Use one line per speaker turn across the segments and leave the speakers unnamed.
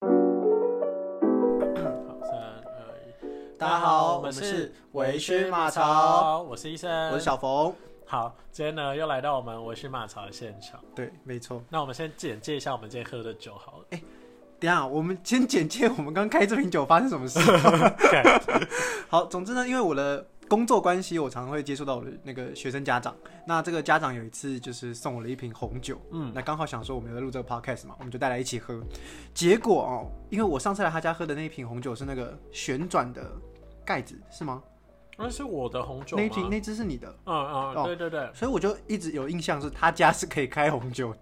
呃
大家好，我们是微醺马槽，，
我是医生，
我是。小冯。
好，今天呢又来到我们微醺马槽的现场。
对，没错。
那我们先简介一下我们今天喝的酒好了。
等一下我们先简介我们刚开这瓶酒发生什么 事。
OK，
好，总之呢，因为我的工作关系，我常常会接触到我的那个学生家长。那这个家长有一次就是送我了一瓶红酒，嗯，那刚好想说我们有在录这个 podcast 嘛，我们就带来一起喝。结果哦，因为我上次来他家喝的那一瓶红酒是那个旋转的盖子，是吗？
那是我的红酒
那一
吗？
瓶那只是你的。
嗯
哦
嗯，对对对，
所以我就一直有印象是他家是可以开红酒的，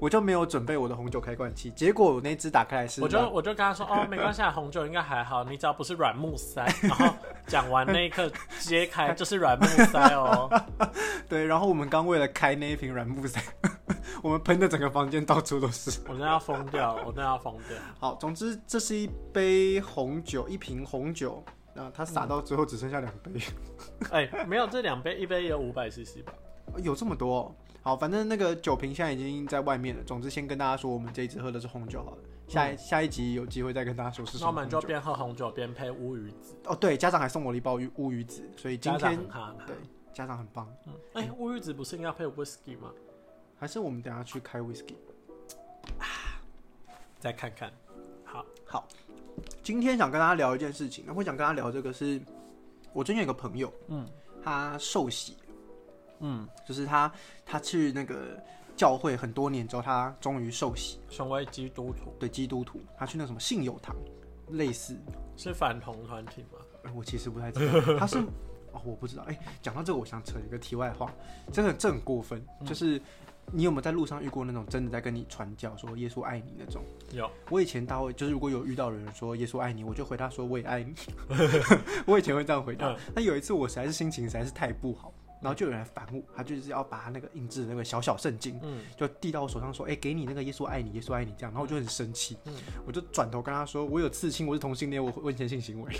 我就没有准备我的红酒开罐器，结果我那只打开来是
我就我就跟他说哦，没关系，啊，红酒应该还好，你只要不是软木塞。然后讲完那一刻揭开就是软木塞 哦。
对，然后我们刚为了开那一瓶软木塞，我们喷的整个房间到处都是。
我真的要疯掉，我真的要疯掉。
好，总之这是一杯红酒，一瓶红酒，那它洒到最后只剩下两杯，
哎、没有这两杯，一杯有五百 CC 吧？
有这么多哦、好，反正那个酒瓶现在已经在外面了。总之先跟大家说，我们这一次喝的是红酒好了，下一、 下一集有机会再跟大家说是什
那我
么
们
红
就
酒。
边喝红酒边配乌鱼子，
哦，对，家长还送我了一包鱼乌鱼子，所以今
家长
天
很哈拿
对家长很棒。
嗯哎、乌鱼子不是应该配 whisky 吗？
还是我们等一下去开 whisky。
再看看。好，
好，今天想跟大家聊一件事情，那会想跟大家聊这个是，我最近有个朋友，
嗯
他受洗，
嗯，
就是他他去那个教会很多年之后，他终于受洗，
成为基督徒
对基督徒，他去那什么信友堂，类似，
是反同团体吗？
呃我其实不太知 道，他是。哦，我不知道。哎、讲到这个，我想扯一个题外话，真的这很过分。
嗯
就是你有没有在路上遇过那种真的在跟你传教说耶稣爱你那种？
有，
我以前大会就是如果有遇到有人说耶稣爱你，我就回答说我也爱你。 我以前会这样回
嗯
答。那、有一次我实在是心情实在是太不好，然后就有人来烦我，他就是要把他那个印制的那个小小圣经，
嗯
就递到我手上说，哎、给你那个耶稣爱你，耶稣爱你这样，然后我就很生气，
嗯
我就转头跟他说我有刺青，我是同性恋，我婚前性行 为。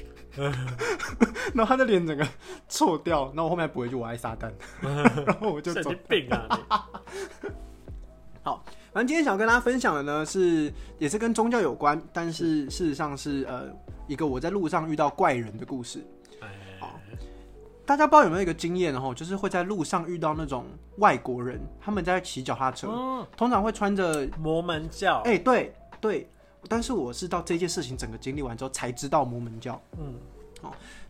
然后他的脸整个臭掉，然后我后面还补了一句我爱撒旦， 然后我就
神
走
经病啊你！
反正今天想要跟大家分享的呢，是也是跟宗教有关，但是事实上是呃一个我在路上遇到怪人的故事。
哎
好大家不知道有没有一个经验哦，就是会在路上遇到那种外国人，他们在骑脚踏车，
嗯，
通常会穿着
摩门教，
哎、对对，但是我是到这件事情整个经历完之后才知道摩门教。哦
嗯，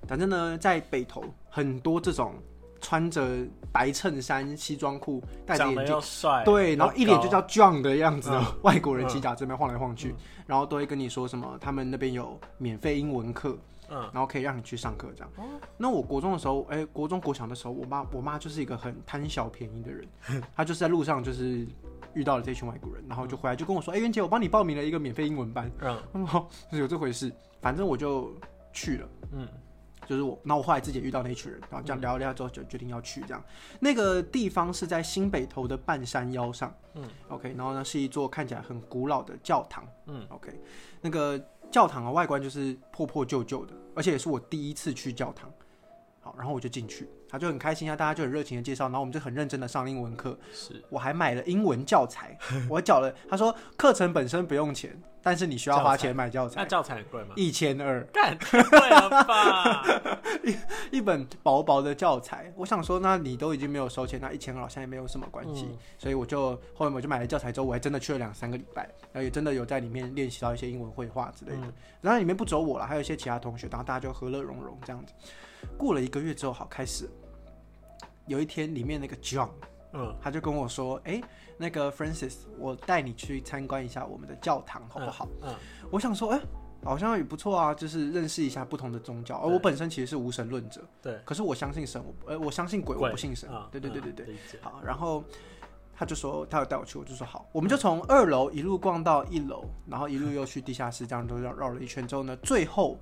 反正呢，在北投很多这种穿着白衬衫、西装裤、戴着
长
眼
得
镜。
又帅，
对，然后一脸就
又
叫
高
John 的样子的、
嗯
外国人
嗯
骑脚这边晃来晃去，然后都会跟你说什么，他们那边有免费英文课，
嗯，哦
然后可以让你去上课这样。那我国中的时候，哎、国中国小的时候，我妈我妈就是一个很贪小便宜 的人，她就是在路上就是遇到了这群外国人，然后就回来就跟我说，哎、袁姐，我帮你报名了一个免费英文班，
嗯
然后就是有这回事，反正我就去了。
嗯，
就是我，那我后来自己也遇到那一群人，然后这样聊一聊之后就决定要去这样。那个地方是在新北投的半山腰上，
嗯
，OK，然后呢是一座看起来很古老的教堂，
嗯
，OK，那个教堂的外观就是破破旧旧的，而且也是我第一次去教堂。好，然后我就进去，他就很开心啊，大家就很热情的介绍，然后我们就很认真的上英文课，
是
我还买了英文教 材，我缴了，他说课程本身不用钱，但是你需要花钱买教
那
材，
教材很贵吗？
一千二。
干，太贵了吧？
一本薄薄的教材，我想说，那你都已经没有收钱，那一千二好像也没有什么关系，
嗯
所以我就后面我就买了教材之后，我还真的去了两三个礼拜，然后也真的有在里面练习到一些英文绘画之类的。
嗯
然后里面不只有我了，还有一些其他同学，然后大家就和乐融融这样子。过了一个月之后，好开始，有一天里面那个 John
嗯，
他就跟我说，哎、那个 Francis，我带你去参观一下我们的教堂好不好？
嗯，
我想说，哎、好像也不错啊，就是认识一下不同的宗教。而我本身其实是无神论者，
对，
可是我相信神，我呃我相信鬼，我不信神
啊。
对对对对对。
对，理解
好，然后他就说他要带我去，我就说好，我们就从二楼一路逛到一楼，然后一路又去地下室，这样都绕绕了一圈之后呢，最后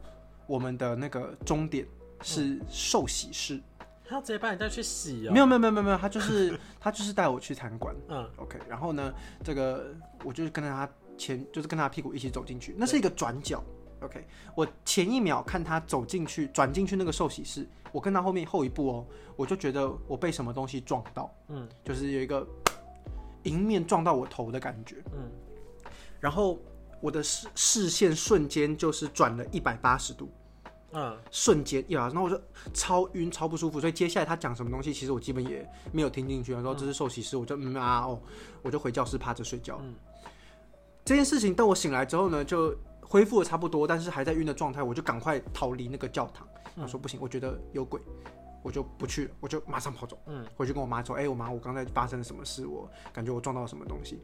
我们的那个终点是受洗室。
他直接把你带去洗哦。
没有没有没有没有没有，他就是他就是带我去参观。
嗯
OK，然后呢，这个我就是跟着他前，就是跟他屁股一起走进去，那是一个转角。OK，我前一秒看他走进去，转进去那个寿喜室，我跟他后面后一步哦，我就觉得我被什么东西撞到，
嗯
就是有一个迎面撞到我头的感觉，
嗯，
然后我的视视线瞬间就是转了一百八十度，
嗯，
瞬间一拉，然后我就超晕、超不舒服，所以接下来他讲什么东西，其实我基本也没有听进去。然后这是受洗师，我就嗯啊哦，我就回教室趴着睡觉。
嗯
这件事情等我醒来之后呢，就恢复的差不多，但是还在晕的状态，我就赶快逃离那个教堂。
嗯
我说不行，我觉得有鬼，我就不去了，我就马上跑走。
嗯，
回去跟我妈说，哎、我妈，我刚才发生了什么事？我感觉我撞到了什么东西。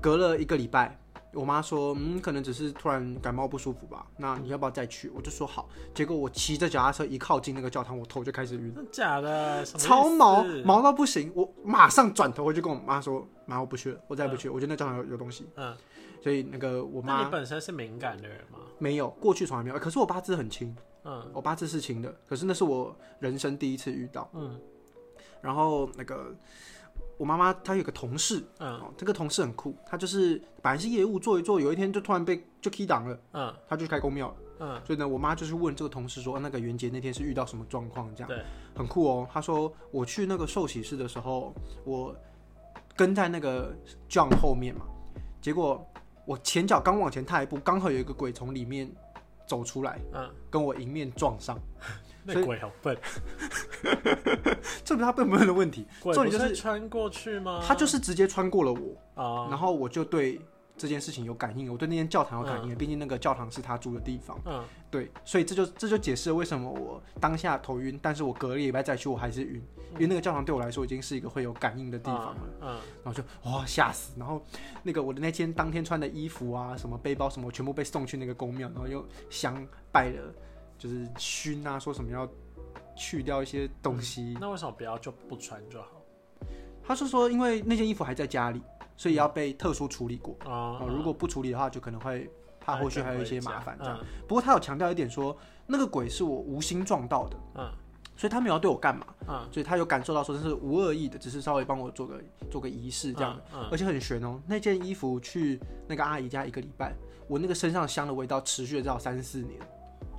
隔了一个礼拜，我妈说，嗯，可能只是突然感冒不舒服吧。那你要不要再去？我就说好。结果我骑着脚踏车一靠近那个教堂，我头就开始晕，
真的假的？什么意思
超毛毛到不行。我马上转头回去跟我妈说，妈，我不去了，我再也不去了，我觉得那教堂有有东西。
嗯，
所以那个我
那你
妈
本身是敏感的人吗？
没有，过去从来没有。可是我八字很轻，
嗯
我八字是轻的，可是那是我人生第一次遇到。
嗯
然后那个我妈妈她有个同事，
嗯
哦，这个同事很酷，他就是本来是业务做一做，有一天就突然被就 key 档了，
嗯
他就去开公庙了。
嗯，
所以呢，我妈就是问这个同事说，啊那个袁杰那天是遇到什么状况？这样
对，
很酷哦。他说我去那个寿喜寺的时候，我跟在那个 John 后面嘛，结果我前脚刚往前踏一步，刚好有一个鬼从里面走出来，
嗯，
跟我迎面撞上。所
那
以
鬼好笨，
这不是他笨不笨的问题，
鬼
重
不
点就是
是穿过去吗？
他就是直接穿过了我。
啊，
然后我就对这件事情有感应，我对那间教堂有感应，毕竟那个教堂是他住的地方，
嗯
对，所以这就这就解释了为什么我当下头晕，但是我隔了一礼拜再去我还是晕，因为那个教堂对我来说已经是一个会有感应的地方了，，
嗯
然后就哇吓死，然后那个我的那天当天穿的衣服啊，什么背包什么，全部被送去那个宫庙，然后又香拜了，就是熏啊，说什么要去掉一些东西
嗯，，那为什么不要就不穿就好？
他是说因为那件衣服还在家里，所以要被特殊处理过。
嗯啊
哦，如果不处理的话，就可能会怕后续还有一些麻烦这样。
嗯
不过他有强调一点说，那个鬼是我无心撞到的，
嗯
所以他没有要对我干嘛，
嗯，
所以他有感受到说这是无恶意的，只是稍微帮我做个做个仪式这样。
嗯，嗯
而且很悬哦，那件衣服去那个阿姨家一个礼拜，我那个身上香的味道持续了至少三四年，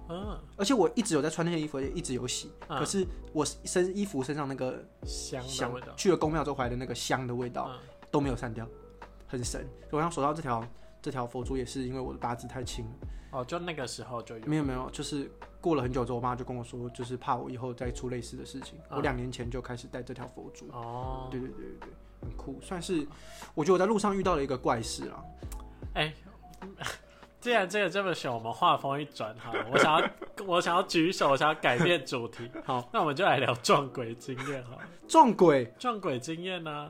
嗯
而且我一直有在穿那件衣服，而且一直有洗，
嗯
可是我身衣服身上那个
香的
香
味道，
去了宫庙之后回来的那个香的味道。
嗯
都没有散掉，很神。我刚手到这条这条佛珠也是因为我的八字太轻了，
哦，就那个时候就有，
没有没有，就是过了很久之后，我妈就跟我说，就是怕我以后再出类似的事情。
嗯
我两年前就开始戴这条佛珠，
哦，
对对对对对，很酷，算是我觉得我在路上遇到了一个怪事啦。
哎、 既然这个这么选，我们话锋一转哈，我想要 我想要举手，我想要改变主题。
好，
那我们就来聊撞鬼经验哈。
撞鬼，
撞鬼经验呢、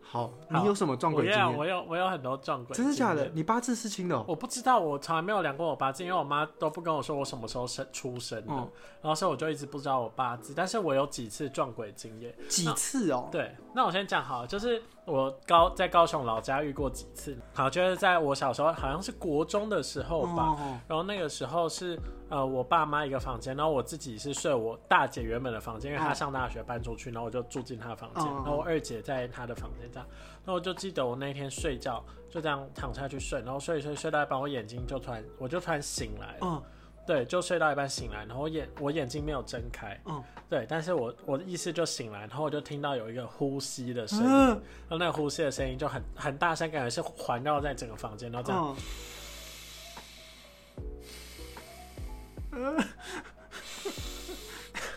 好，
好
你有什么撞鬼经
我有
验？
哦我有我有很多撞鬼，
真的假的？？你八字是轻的、哦，
我不知道，我从来没有量过我八字，因为我妈都不跟我说我什么时候生出生的，
嗯
然后所以我就一直不知道我八字。但是我有几次撞鬼经验，
几次哦？
对，那我先讲好了，就是我高在高雄老家遇过几次，好，就是在我小时候好像是国中的时候吧，
哦
然后那个时候是呃我爸妈一个房间，然后我自己是睡我大姐原本的房间，因为她
嗯
上大学搬出去，然后我就住进她的房间，
嗯嗯嗯
然后我二姐在她的房间这样。然后我就记得我那天睡觉就这样躺下去睡，然后睡一睡睡到一半，我眼睛就突然我就突然醒来了，
嗯
对，就睡到一半醒来，然后我眼我眼睛没有睁开，
嗯
对，但是我我的意识就醒来，然后我就听到有一个呼吸的声音，然
嗯
后那个呼吸的声音就很很大声，感觉是环绕在整个房间，然后这样。
嗯，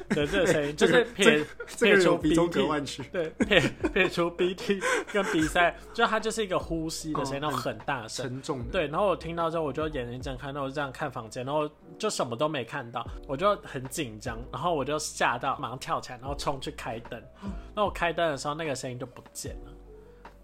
对，这个声 音就
这
是
个
撇
这
撇
个
除
有比中
BT，
隔万区。
对，撇撇除 BT 跟鼻塞，就它就是一个呼吸的声音，
嗯
然后哦很大声。
沉重的，
对，然后我听到之后，我就眼睛睁开，然后我就这样看房间，然后就什么都没看到，我就很紧张，然后我就吓到，马上跳起来，然后冲去开灯。那我开灯的时候，那个声音就不见了。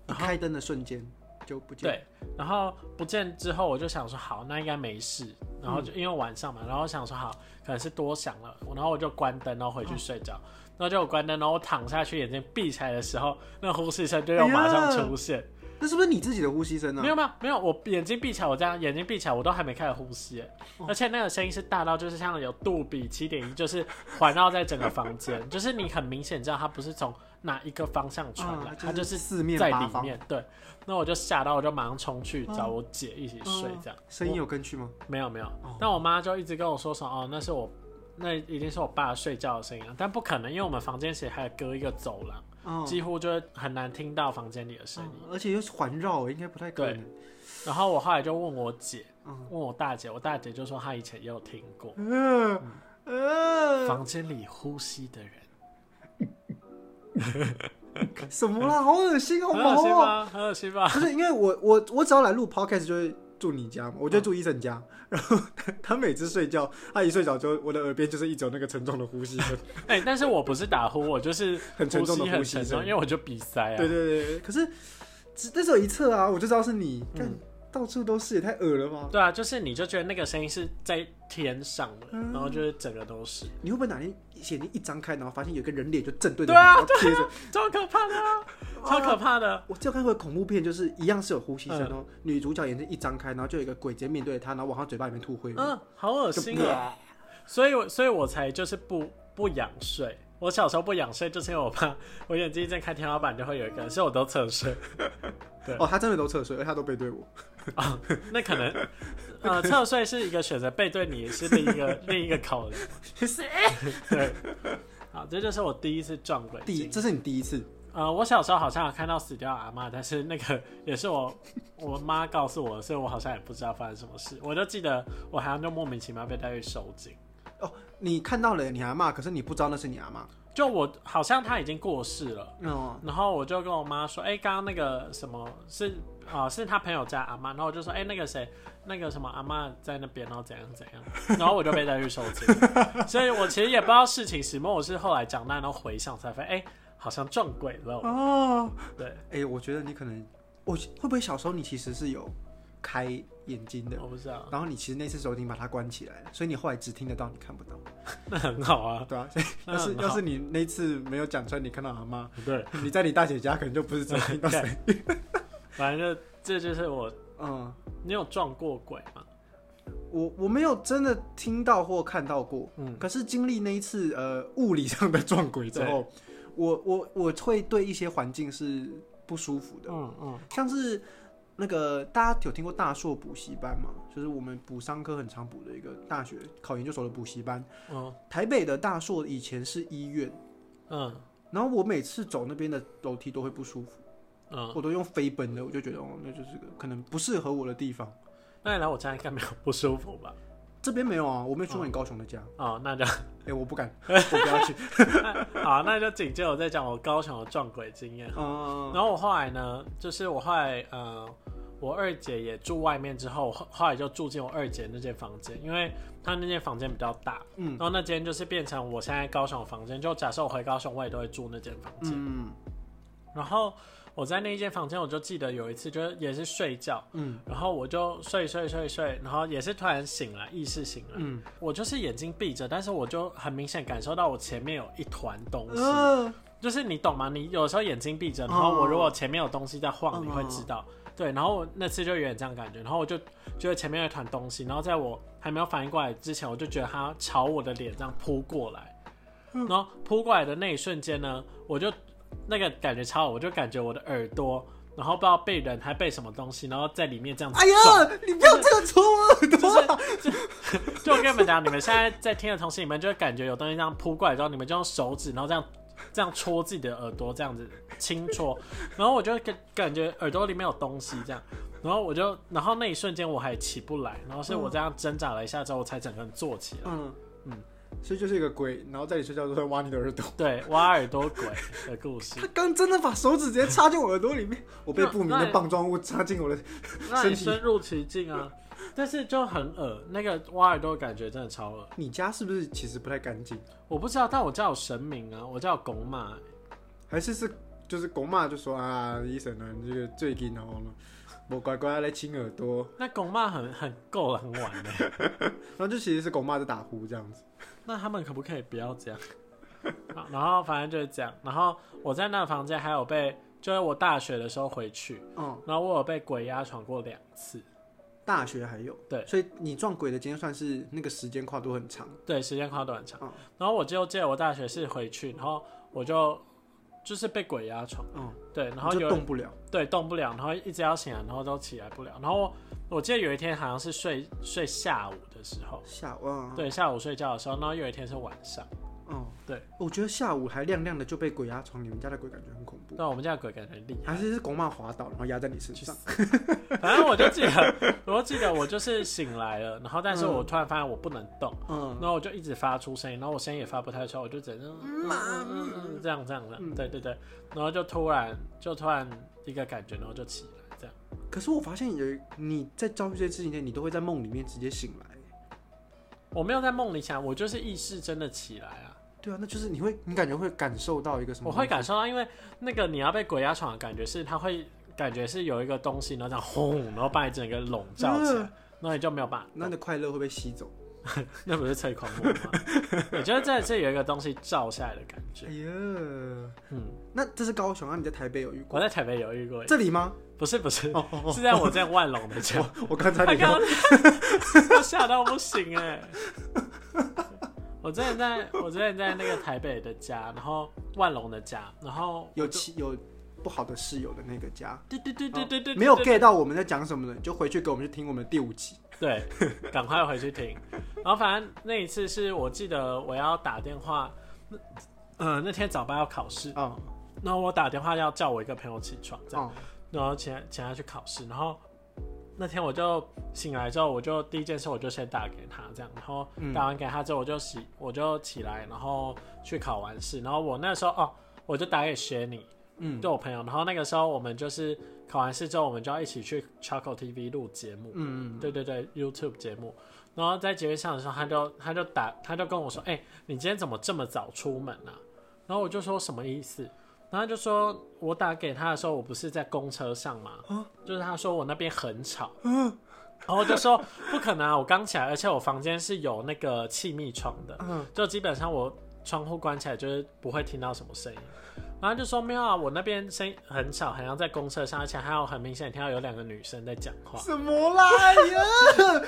一开灯的瞬间就不见。
对，然后不见之后，我就想说好，那应该没事。然后就、因为晚上嘛，然后想说好，可能是多想了，然后我就关灯，然后回去睡觉。然后就我关灯，然后我躺下去，眼睛闭起来的时候，那呼吸声就又马上出现。
哎那是不是你自己的呼吸声呢、
没有没有没有，我眼睛闭起来，我这样眼睛闭起来，我都还没开始呼吸耶，
哦
而且那个声音是大到就是像有杜比七点一，就是环绕在整个房间，就是你很明显知道它不是从哪一个方向传来，
嗯
它就
就是是四面
在
八
里
方嗯
面。对，那我就吓到，我就马上冲去找我姐一起睡，这样。
声音有跟去吗？
没有没有，
哦
但我妈就一直跟我说什么哦，那是我，那一定是我爸睡觉的声音啊，但不可能，因为我们房间其实还有隔一个走廊，
哦，嗯
几乎就是很难听到房间里的声音。
而且又是环绕，应该不太可能。
然后我后来就问我姐，
嗯
问我大姐，我大姐就说她以前也有听过
嗯嗯，
房间里呼吸的人，
什么啦？好恶心，好
嗯很恶心
毛啊！
吗？很恶心吧？
不是因为我我我只要来录 podcast 就会住你家嘛，我
嗯
就住医生家，然后他他每次睡觉，他一睡着就我的耳边就是一直有那个沉重的呼吸声，
哎、但是我不是打呼，我就是
很沉重的
呼吸很
呼吸
沉重，
声
因为我就鼻塞啊。
对对对对，可是只但是有一侧啊，我就知道是你，但
嗯
到处都是，也太恶了吧？
对啊，就是你就觉得那个声音是在天上的，
嗯
然后就是整个都是，
你会不会哪天眼睛一张开，然后发现有一个人脸就正对着
对
你，
啊
然后贴着？
超可怕的、啊， 超可怕的。
我只有看过恐怖片，就是一样是有呼吸声
嗯
哦，女主角眼睛一张开，然后就有一个鬼直接面对她，然后往她嘴巴里面吐灰
嗯，好恶心啊！
啊！
所以我，所以我才就是不不仰睡。我小时候不仰睡，就是因为我怕 我眼睛一睁开天花板就会有一个人，所以我都侧睡。 对
哦，她真的都侧睡，而且她都背 对我。
啊、那可能， 呃，侧睡是一个选择，背对你是另一个另一个考量。对，好，这就是我第一次撞鬼
第一，
经历。
这是你第一次，
呃，我小时候好像有看到死掉的阿嬷，但是那个也是我我妈告诉我的，所以我好像也不知道发生什么事。我就记得我好像就莫名其妙被带去收金。
你看到了你阿妈，可是你不知道那是你阿妈。
就我好像他已经过世了，
哦，
然后我就跟我妈说，哎、刚刚那个什么是啊、是他朋友家阿妈，然后我就说，哎、那个谁，那个什么阿妈在那边，然后怎样怎样，然后我就被带去收金，所以我其实也不知道事情始末，我是后来长大然后回想才发现，哎、好像撞鬼了，
哦，
对，
哎，我觉得你可能，我会不会小时候你其实是有开眼睛的，
我不知道，
然后你其实那次时候已经把它关起来了，所以你后来只听得到，你看不到。
那很好啊，
对啊，所以
那
要是
很好
要是你那次没有讲出来，你看到阿妈，
对，
你在你大姐家可能就不是真的 听到声音。
反正就这就是我，
嗯，
你有撞过鬼吗？
我我没有真的听到或看到过，
嗯
可是经历那一次呃物理上的撞鬼之后，我我我会对一些环境是不舒服的，
嗯嗯，
像是那个大家有听过大硕补习班吗？就是我们补商科很常补的一个大学考研究所的补习班。
嗯
台北的大硕以前是医院，
嗯
然后我每次走那边的楼梯都会不舒服，
嗯，
我都用飞奔的，我就觉得哦，那就是个可能不适合我的地方。
那你来我家应该没有不舒服吧？
这边没有啊，我没有去过你高雄 的家，
哦，那就
哎、我不 敢，我不要去。
好，那就紧接着我再讲我高雄的撞鬼经验。
嗯，
然后我后来呢，就是我后来呃，我二姐也住外面之后，我后后来就住进我二姐那间房间，因为她那间房间比较大，
嗯
然后那间就是变成我现在高雄的房间。就假设我回高雄，我也都会住那间房间。
嗯
然后我在那一间房间，我就记得有一次就是也是睡觉，
嗯
然后我就睡睡睡睡，然后也是突然醒来，意识醒来，
嗯，
我就是眼睛闭着，但是我就很明显感受到我前面有一团东西。
呃，
就是你懂吗？你有时候眼睛闭着，然后
哦
我如果前面有东西在晃，
嗯
你会知道。对，然后我那次就有点这样感觉，然后我就觉得前面有一团东西，然后在我还没有反应过来之前，我就觉得它朝我的脸这样扑过来，然后扑过来的那一瞬间呢，我就那个感觉超好，我就感觉我的耳朵，然后不知道被人还被什么东西，然后在里面这样子
哎
撞，
呀，你不要这样戳我耳朵啊、
就我跟你们讲，你们现在在听的同时，你们就会感觉有东西这样扑过来之后，你们就用手指，然后这样这样戳自己的耳朵，这样子轻戳，然后我就会感感觉耳朵里面有东西这样，然后我就，然后那一瞬间我还起不来，然后是我这样挣扎了一下之后，我才整个人坐起来。
嗯嗯
嗯，
所以就是一个鬼，然后在你睡觉的时候会挖你的耳朵。
对，挖耳朵鬼的故事
他，刚真的把手指直接插进我耳朵里 面，我被不明的棒状物插进我的。
那你深入其境啊，但是就很恶，那个挖耳朵的感觉真的超恶。
你家是不是其实不太干净？
我不知道，但我叫神明啊，我叫拱马、
还是是就是狗骂就说啊，医生啊，你这个最近哦，我乖乖来亲耳朵，
那拱马很很够了，很晚的。
然后就其实是狗骂在打呼这样子。
那他们可不可以不要这样？ 好然后反正就是这样。然后我在那个房间还有被，就是我大学的时候回去，
嗯，
然后我有被鬼压床过两次。
大学还有
对
所以你撞鬼的今天算是那个时间跨度很长。
对，时间跨度很长。
嗯
然后我就记得我大学是回去，然后我就就是被鬼压床，
嗯，
对，然后
你就
有
动不了。
对动不了，然后一直要醒来，然后都起来不了。然后我我记得有一天好像是睡睡下午的时候，
下午啊，
哦对，下午睡觉的时候，然后有一天是晚上。
嗯，
对，
我觉得下午还亮亮的就被鬼压床，你们家的鬼感觉很恐怖。
对啊，我们家的鬼感觉很厉害
还。是是拱马滑倒，然后压在你身
去
上？
反正我就记得，我就记得我就是醒来了，然后但是我突然发现我不能动，
嗯
然后我就一直发出声音，然后我声音也发不太出来，我就只能嗯嗯嗯嗯这样这样的，对对对，然后就突然就突然一个感觉，然后就起来这样。
可是我发现有你在遭遇这些事情前，你都会在梦里面直接醒来。
我没有在梦里想，我就是意识真的起来啊，
对啊，那就是你会，你感觉会感受到一个什么？
我会感受到，因为那个你要被鬼压床的感觉是，它会感觉是有一个东西，然后这样轰，然后把你整个笼罩起来，然后你就没有办法
那你的快乐会被吸走。
那不是吹狂魔吗？我觉得这这有一个东西照下来的感觉。
哎呀，
嗯，
那这是高雄啊，你在台北有遇过？
我在台北有遇过，
这里吗？
不是不是，
哦哦哦
是在我在万隆的 家。
我刚才
他
你
刚 我吓到不行哎、我之前在我之前在那个台北的家，然后万隆的家，然后
有其有不好的室友的那个家，
对对对对对对，
哦没有
对
get 到我们在讲什么的，你就回去给我们去听我们的第五集。
对，赶快回去听。然后反正那一次是我记得我要打电话，那呃那天早班要考试，
哦
然后我打电话要叫我一个朋友起床，这样，
哦，
然后请他请他去考试，然后那天我就醒来之后，我就第一件事我就先打给他这样，然后
嗯
打完给他之后，我就洗我就起来，然后去考完试，然后我那时候哦，我就打给雪你，
嗯
对我朋友，然后那个时候我们就是考完试之后，我们就要一起去 Choco TV 录节目，
嗯，
对对对，YouTube 节目。然后在节目上的时候，他就他就打他就跟我说：“哎、你今天怎么这么早出门啊？”然后我就说什么意思？然后他就说我打给他的时候，我不是在公车上吗？就是他说我那边很吵，然后我就说不可能啊，我刚起来，而且我房间是有那个气密窗的，
嗯
就基本上我窗户关起来就是不会听到什么声音。然后他就说没有啊，我那边声音很吵，好像在公车上，而且还有很明显听到有两个女生在讲话。
什么啦？哎呀，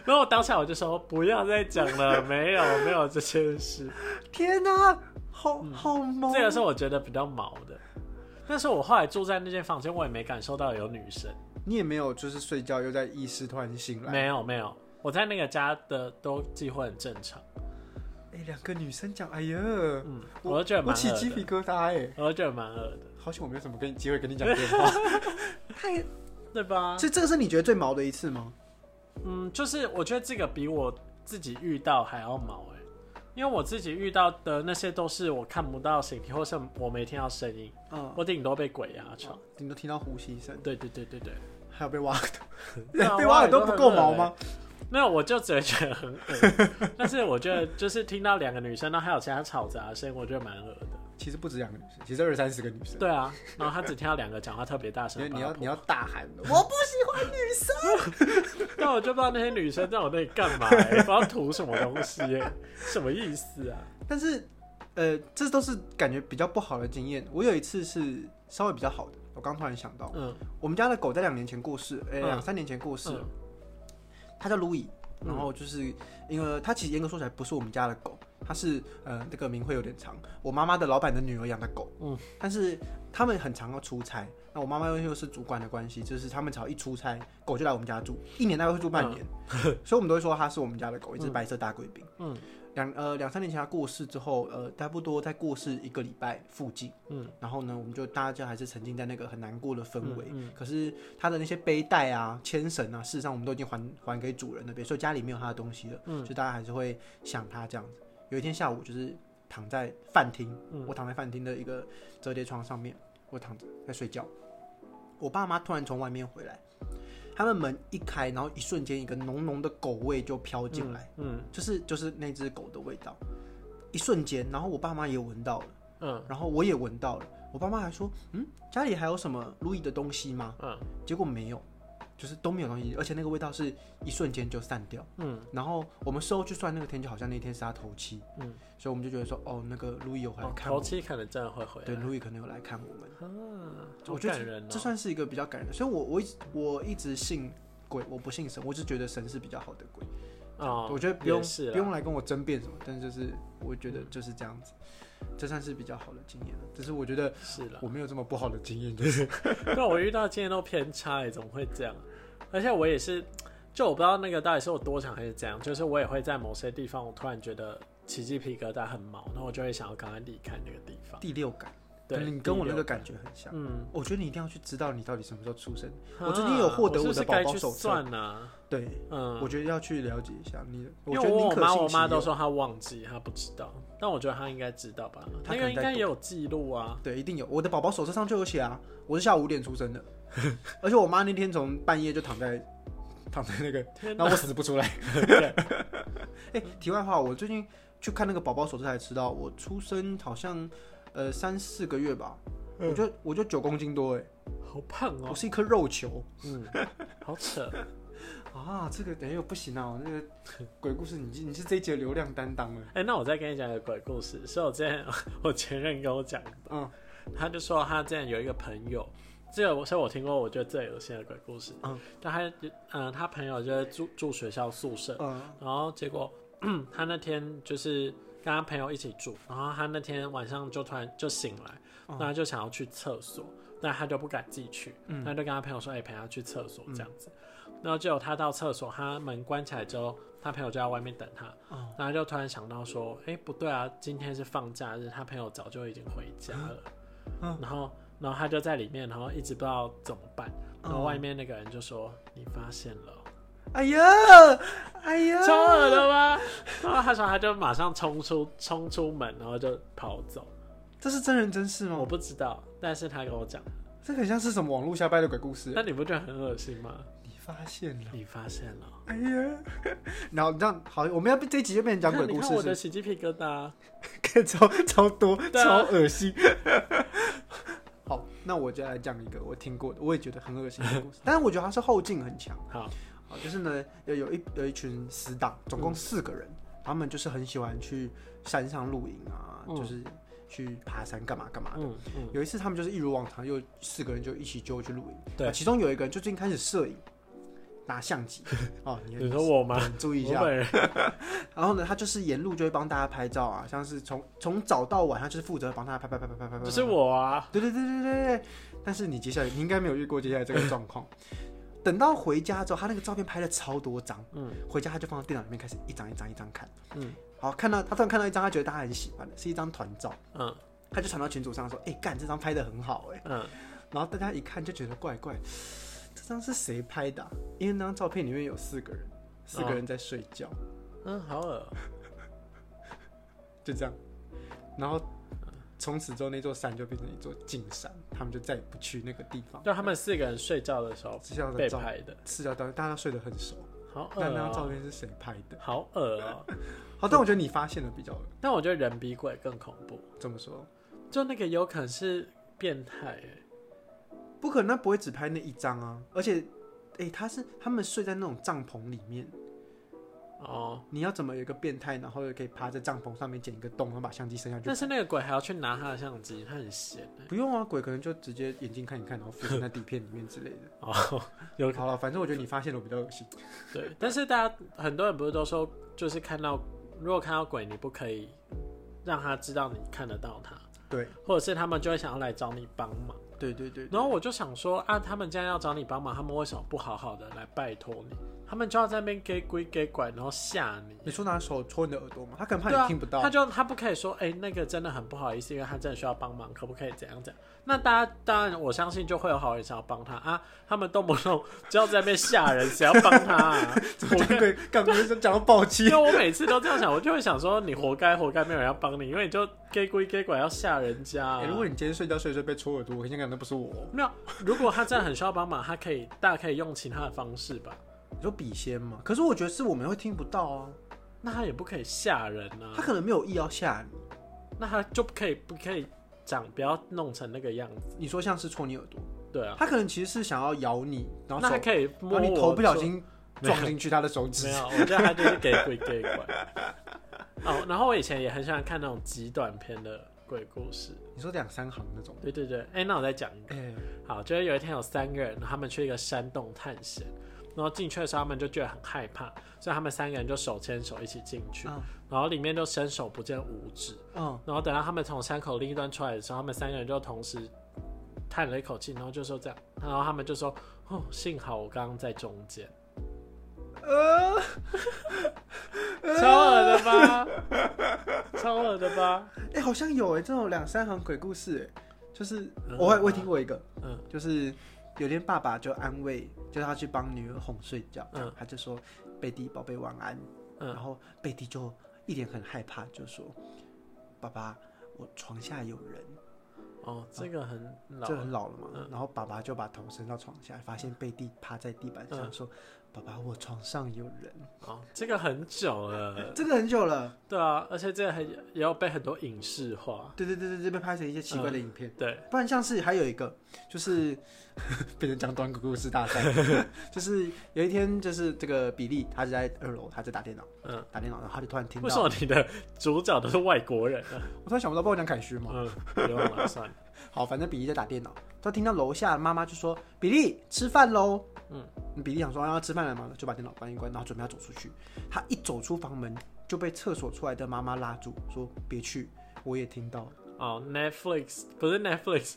然后我当下我就说不要再讲了，没有没有这件事，
天哪、好好萌。
这个是我觉得比较毛的。但是我后来住在那间房间，我也没感受到有女生，
你也没有就是睡觉又在意识突然醒来，
没有没有，我在那个家的都几乎很正常，
哎，两个女生讲，哎呀，
嗯，
我
我就觉得
我
蛮
起鸡
恶
皮
的，
疙瘩哎，
我就觉得蛮恶的，
好险我没有什么跟机会跟你讲电话。太，
对吧？
所以这个是你觉得最毛的一次吗？
嗯，就是我觉得这个比我自己遇到还要毛哎、因为我自己遇到的那些都是我看不到形体，或是我没听到声音，
嗯，
我顶多被鬼压床。
你都听到呼吸声，
对对对 对对。
还有被挖的，
对啊
被挖的都不够毛
挖
吗
耳？没有，我就只会觉得很恶，但是我觉得就是听到两个女生，然后还有其他吵杂的声音，我觉得蛮恶的。
其实不止两个女生，其实二三十个女生。
对啊，然后他只听到两个讲话特别大声
你，你
把
要
她
你要大喊，我不喜欢女生。
但我就不知道那些女生在我那里干嘛、欸，不知道图什么东西、欸，什么意思啊？
但是，呃，这都是感觉比较不好的经验。我有一次是稍微比较好的，我刚突然想到，
嗯
我们家的狗在两年前过世，呃，
嗯
两三年前过世
嗯，
它叫路易。然后就是因为它其实严格说起来不是我们家的狗，它是呃这个名会有点长，我妈妈的老板的女儿养的狗。
嗯，
但是他们很常要出差，那我妈妈又是主管的关系，就是他们只要一出差，狗就来我们家住，一年大概会住半年， 所以我们都会说它是我们家的狗，一只白色大贵宾。
嗯
两呃两三年前他过世之后，呃，差不多在过世一个礼拜附近，
嗯，
然后呢，我们就大家就还是沉浸在那个很难过的氛围。
嗯
可是他的那些背带啊、牵绳啊，事实上我们都已经还还给主人那边，所以家里没有他的东西了，
嗯
就大家还是会想他这样子。有一天下午，就是躺在饭厅，
嗯
我躺在饭厅的一个折叠床上面，我躺着在睡觉。我爸妈突然从外面回来，他们门一开，然后一瞬间一个浓浓的狗味就飘进来。，
嗯
就是就是那只狗的味道，一瞬间，然后我爸妈也闻到了，
嗯
然后我也闻到了，我爸妈还说，嗯，家里还有什么路易的东西吗？
嗯
结果没有，就是都没有东西，而且那个味道是一瞬间就散掉。
嗯
然后我们事后去算那个天，就好像那天是他头七，
嗯，
所以我们就觉得说，哦，那个路易有回来
哦
看我
头
们，
七可能真的会回来
对，，路易可能有来看我们。
啊，
我
好
觉得
感
这,、
人哦
这算是一个比较感人的，所以我我一直我一直信鬼，我不信神，我只觉得神是比较好的鬼。
哦，
我觉得不用
也是啦嗯
不用来跟我争辩什么，但就是我觉得就是这样子，这算是比较好的经验了。只是我觉得
是了，
我没有这么不好的经 验，就是
对，我遇到经验都偏差、欸，怎么会这样？而且我也是，就我不知道那个到底是我多想还是怎样，就是我也会在某些地方，我突然觉得起鸡皮疙瘩很毛，然后我就会想要赶快离开那个地方。
第六感。可
对，
能你跟我那
第
个
六
感觉很像。
嗯，
我觉得你一定要去知道你到底什么时候出生。我最近有获得
啊我
我的
是不是
宝宝
该去
手册
算啊，
对，
嗯，
我觉得要去了解一下你的。
因
觉
为
得
我
宁
我
可
妈
信
我
其
妈都
有
说她忘记，她不知道，但我觉得她应该知道吧，
她
她
可
应
能
该
在
应该也有记录啊，
对，一定有。我的宝宝手册上就有写啊，我是下午五点出生的， 而且我妈那天从半夜就躺在躺在那个，
天
然后我死不 出来。哎、题外话，我最近去看那个宝宝手册才知道，我出生好像呃三四个月吧，
嗯
我就我就九公斤多哎、
好胖
我
哦，
是一颗肉球
嗯，好扯，
啊！这个等一下不行啊，我那个鬼故事你你是这一集的流量担当了，
哎、那我再跟你讲一个鬼故事，是我之前 我前任跟我讲的，
嗯
他就说他之前有一个朋友，这个我是我听过我觉得最恶心的鬼故事，
嗯，
但他嗯、呃他朋友就是住住学校宿舍，
嗯
然后结果 他那天就是跟他朋友一起住，然后他那天晚上就突然就醒来，
嗯
那他就想要去厕所，那他就不敢自己去，
嗯
那就跟他朋友说，哎、陪他去厕所这样子。然后结果他到厕所，他门关起来之后，他朋友就在外面等他，
嗯
然后他就突然想到说，哎、不对啊，今天是放假日，他朋友早就已经回家了，
嗯
然后然后他就在里面，然后一直不知道怎么办，然后
嗯
外面那个人就说，你发现了。
哎呀，哎 呀，
超恶的吗？然后他说他就马上冲出冲出门，然后就跑走。
这是真人真事
我
吗？
不知道，但是他跟我讲，
这很像是什么网络瞎掰的鬼故事。
但你不觉得很恶心吗？
你发现了，
你发现了？
哎呀，然后这样好，我们要不这一集就变成讲鬼
你
故
看我
事
的
是
起鸡皮疙瘩。啊
不是， 超超多，
对啊
超恶心。 好，那我就来讲一个我听过的，我也觉得很恶心的故事，但是我觉得它是后劲很强。
好，
好，啊就是呢，有有一有一群死党，
嗯
总共四个人，他们就是很喜欢去山上露营啊，
嗯
就是去爬山干嘛干嘛的。
嗯嗯，
有一次他们就是一如往常，又四个人就一起揪去露营。
对
啊其中有一个人就最近开始摄影，拿 相机。哦，你
你说我吗？
很注意一
我
下。
本人
然后呢，他就是沿路就会帮大家拍照啊，像是从从早到晚，他就是负责帮大家拍拍拍拍拍拍拍。
就是我啊。
对对对对对对。但是你接下来你应该没有遇过接下来这个状况。等到回家之后，他那个照片拍了超多张，
嗯
回家他就放到电脑里面开始一张一张一张看。
嗯
好，看到他突然看到一张，他觉得大家很喜欢的，是一张团照，
嗯
他就传到群组上说：“哎、干，这张拍的很好哎、
嗯，
然后大家一看就觉得怪怪，这张是谁拍的啊、因为那张照片里面有四个人，四个人在睡觉，
嗯，好恶。
就这样。然后从此之后，那座山就变成一座禁山，他们就再也不去那个地方。
就他们四个人睡觉的时候
吃觉的
被
照，
拍的，
吃觉啊照，大家都睡得很熟。
好恶
那那张照
哦。
片是谁拍的？
好恶哦。
好，但我觉得你发现了比较
但我觉得人比鬼更恐怖，
怎么说？
就那个有可能是变态欸。
不可能，他不会只拍那一张啊！而且，哎、他是他们睡在那种帐篷里面，
哦，
你要怎么有一个变态，然后又可以趴在帐篷上面剪一个洞，然后把相机伸下去
但是那个鬼还要去拿他的相机，他很闲
不用啊，鬼可能就直接眼睛看一看，然后附身在底片里面之类的。
哦。有
好了，反正我觉得你发现了我比较恶心。
对，但是大家很多人不是都说，就是看到如果看到鬼，你不可以让他知道你看得到他，
对
或者是他们就会想要来找你帮忙。
对对对，
然后我就想说啊，他们既然要找你帮忙，他们为什么不好好的来拜托你？他们就要在那边给鬼给拐，然后吓你。
你说拿手戳你的耳朵嘛，他可能怕
对啊
你听不到。
他就他不可以说，哎、那个真的很不好意思，因为他真的需要帮忙，可不可以怎样怎样？那大家当然我相信就会有好人想要帮他啊，他们动不 动就要在那边吓人，谁要帮他、啊？
怎么
我
讲
跟
鬼？干鬼就讲到暴
因
气。
为我每次都这样想，我就会想说你活该活该，没有人要帮你，因为你就 gay 鬼 gay 拐要吓人家啊、
哎、如果你今天睡觉睡一睡被戳耳朵，我跟你讲那不是我。哦
没有，如果他真的很需要帮忙，他可以大家可以用其他的方式吧，
你说笔仙嘛？可是我觉得是我们会听不到啊，
那他也不可以吓人
他
啊，
可能没有意要吓你。
那他就不可以不可以长不要弄成那个样子，
你说像是戳你耳朵，
对啊，
他可能其实是想要咬你，然后
那
手
他，可以
然
摸
后
我
你头不小心
没有
撞进去他的手指
没。有，我觉得他就是给鬼给鬼。哦，然后我以前也很喜欢看那种极短篇的鬼故事。
你说两三行那种，
对对对，哎、那我再讲一个。
哎、
好，就是有一天有三个人，然后他们去一个山洞探险，然后进去的时候他们就觉得很害怕，所以他们三个人就手牵手一起进去，
嗯
然后里面就伸手不见五指。
嗯，
然后等到他们从山口另一端出来的时候，他们三个人就同时叹了一口气，然后就说这样，然后他们就说：“哦，幸好我刚刚在中间。”
呃。
超恶的吧，超恶的吧，
哎、好像有哎、这种两三行鬼故事哎、就是
嗯
我我也听过一个，
嗯
就是有天爸爸就安慰，就是他去帮女儿哄睡觉，
嗯
他就说贝蒂宝贝晚安，然
嗯，
后贝蒂就一脸很害怕，就说爸爸我床下有人，
哦，这个很老
这，很老了嘛，
嗯
然后爸爸就把头伸到床下，发现贝蒂趴在地板上
嗯
说。爸爸，我床上有人，
哦，这个很久了，
这个很久了。
对啊，而且这个很也有被很多影视化，
对对对对，这边拍成一些奇怪
嗯
的影片。
对，
不然像是还有一个，就是 被人讲短古故事大 赛，就是有一天就是这个比利他就在二楼，他在打电脑，
嗯，
打电脑，然后他就突然听
为什
到，
么你的主角都是外国人呢？
我突然想不到，帮我讲凯旋嘛。
嗯，不用了，算了，
好，反正比利在打电脑，他听到楼下妈妈就说：“比利，吃饭喽。”
嗯，
比利想说啊要吃饭了嘛，就把电脑关一关，然后准备要走出去。他一走出房门，就被厕所出来的妈妈拉住，说：“别去，我也听到。
哦，Netflix 不是 Netflix，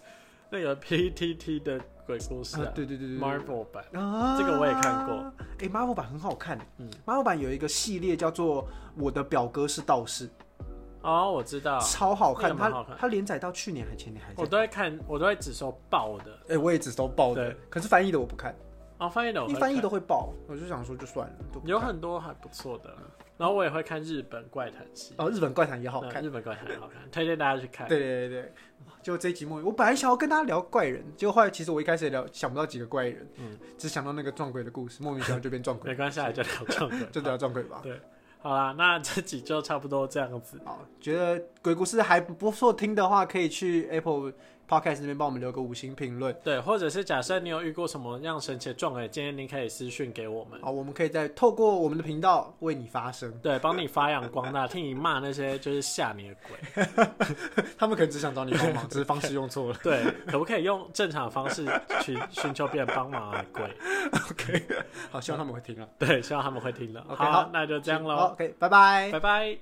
那 个 PTT 的鬼故事
啊”
啊
对对对对对
，Marvel 版，
啊
这个我也看过。
哎、m a r v e l 版很好看。嗯
嗯
，Marvel 版有一个系列叫做《我的表哥是道士》，
哦，我知道，
超好看。
那个蛮好
它
看
它连载到去年还前年还在
我。都会看，我都会只收爆的，
哎、我也只收爆的
对，
可是翻译的我不看，
哦，翻译的我
一
会
翻译
看
都会爆，我就想说就算了，都不
有
看
很多还不错的，然后我也会看日本怪谈系，
哦，日本怪谈也好
嗯
看。
日本怪谈很好看，推荐大家去看。
对对对对，就这一集末，我本来想要跟大家聊怪人，结果后来其实我一开始也聊想不到几个怪人，
嗯
只想到那个撞鬼的故事，莫名其妙就变撞 鬼，
没关系啊，就聊撞鬼。
就聊撞鬼吧。
好啦，那这集就差不多这样子。
好，觉得鬼故事还不错听的话，可以去 Apple Podcast 那边帮我们留个五星评论。
对，或者是假设你有遇过什么样神奇的撞鬼经验，你可以私讯给我们，
好，我们可以再透过我们的频道为你发声。
对，帮你发扬光大，听你骂那些就是吓你的鬼。
他们可能只想找你帮忙，只是方式用错了。
对，可不可以用正常的方式去寻求别人帮忙啊？鬼，
OK，好，希望他们会听啊。
对，希望他们会听的。
OK，好
好，那就这样
好
喽，
，OK，拜拜。
拜拜。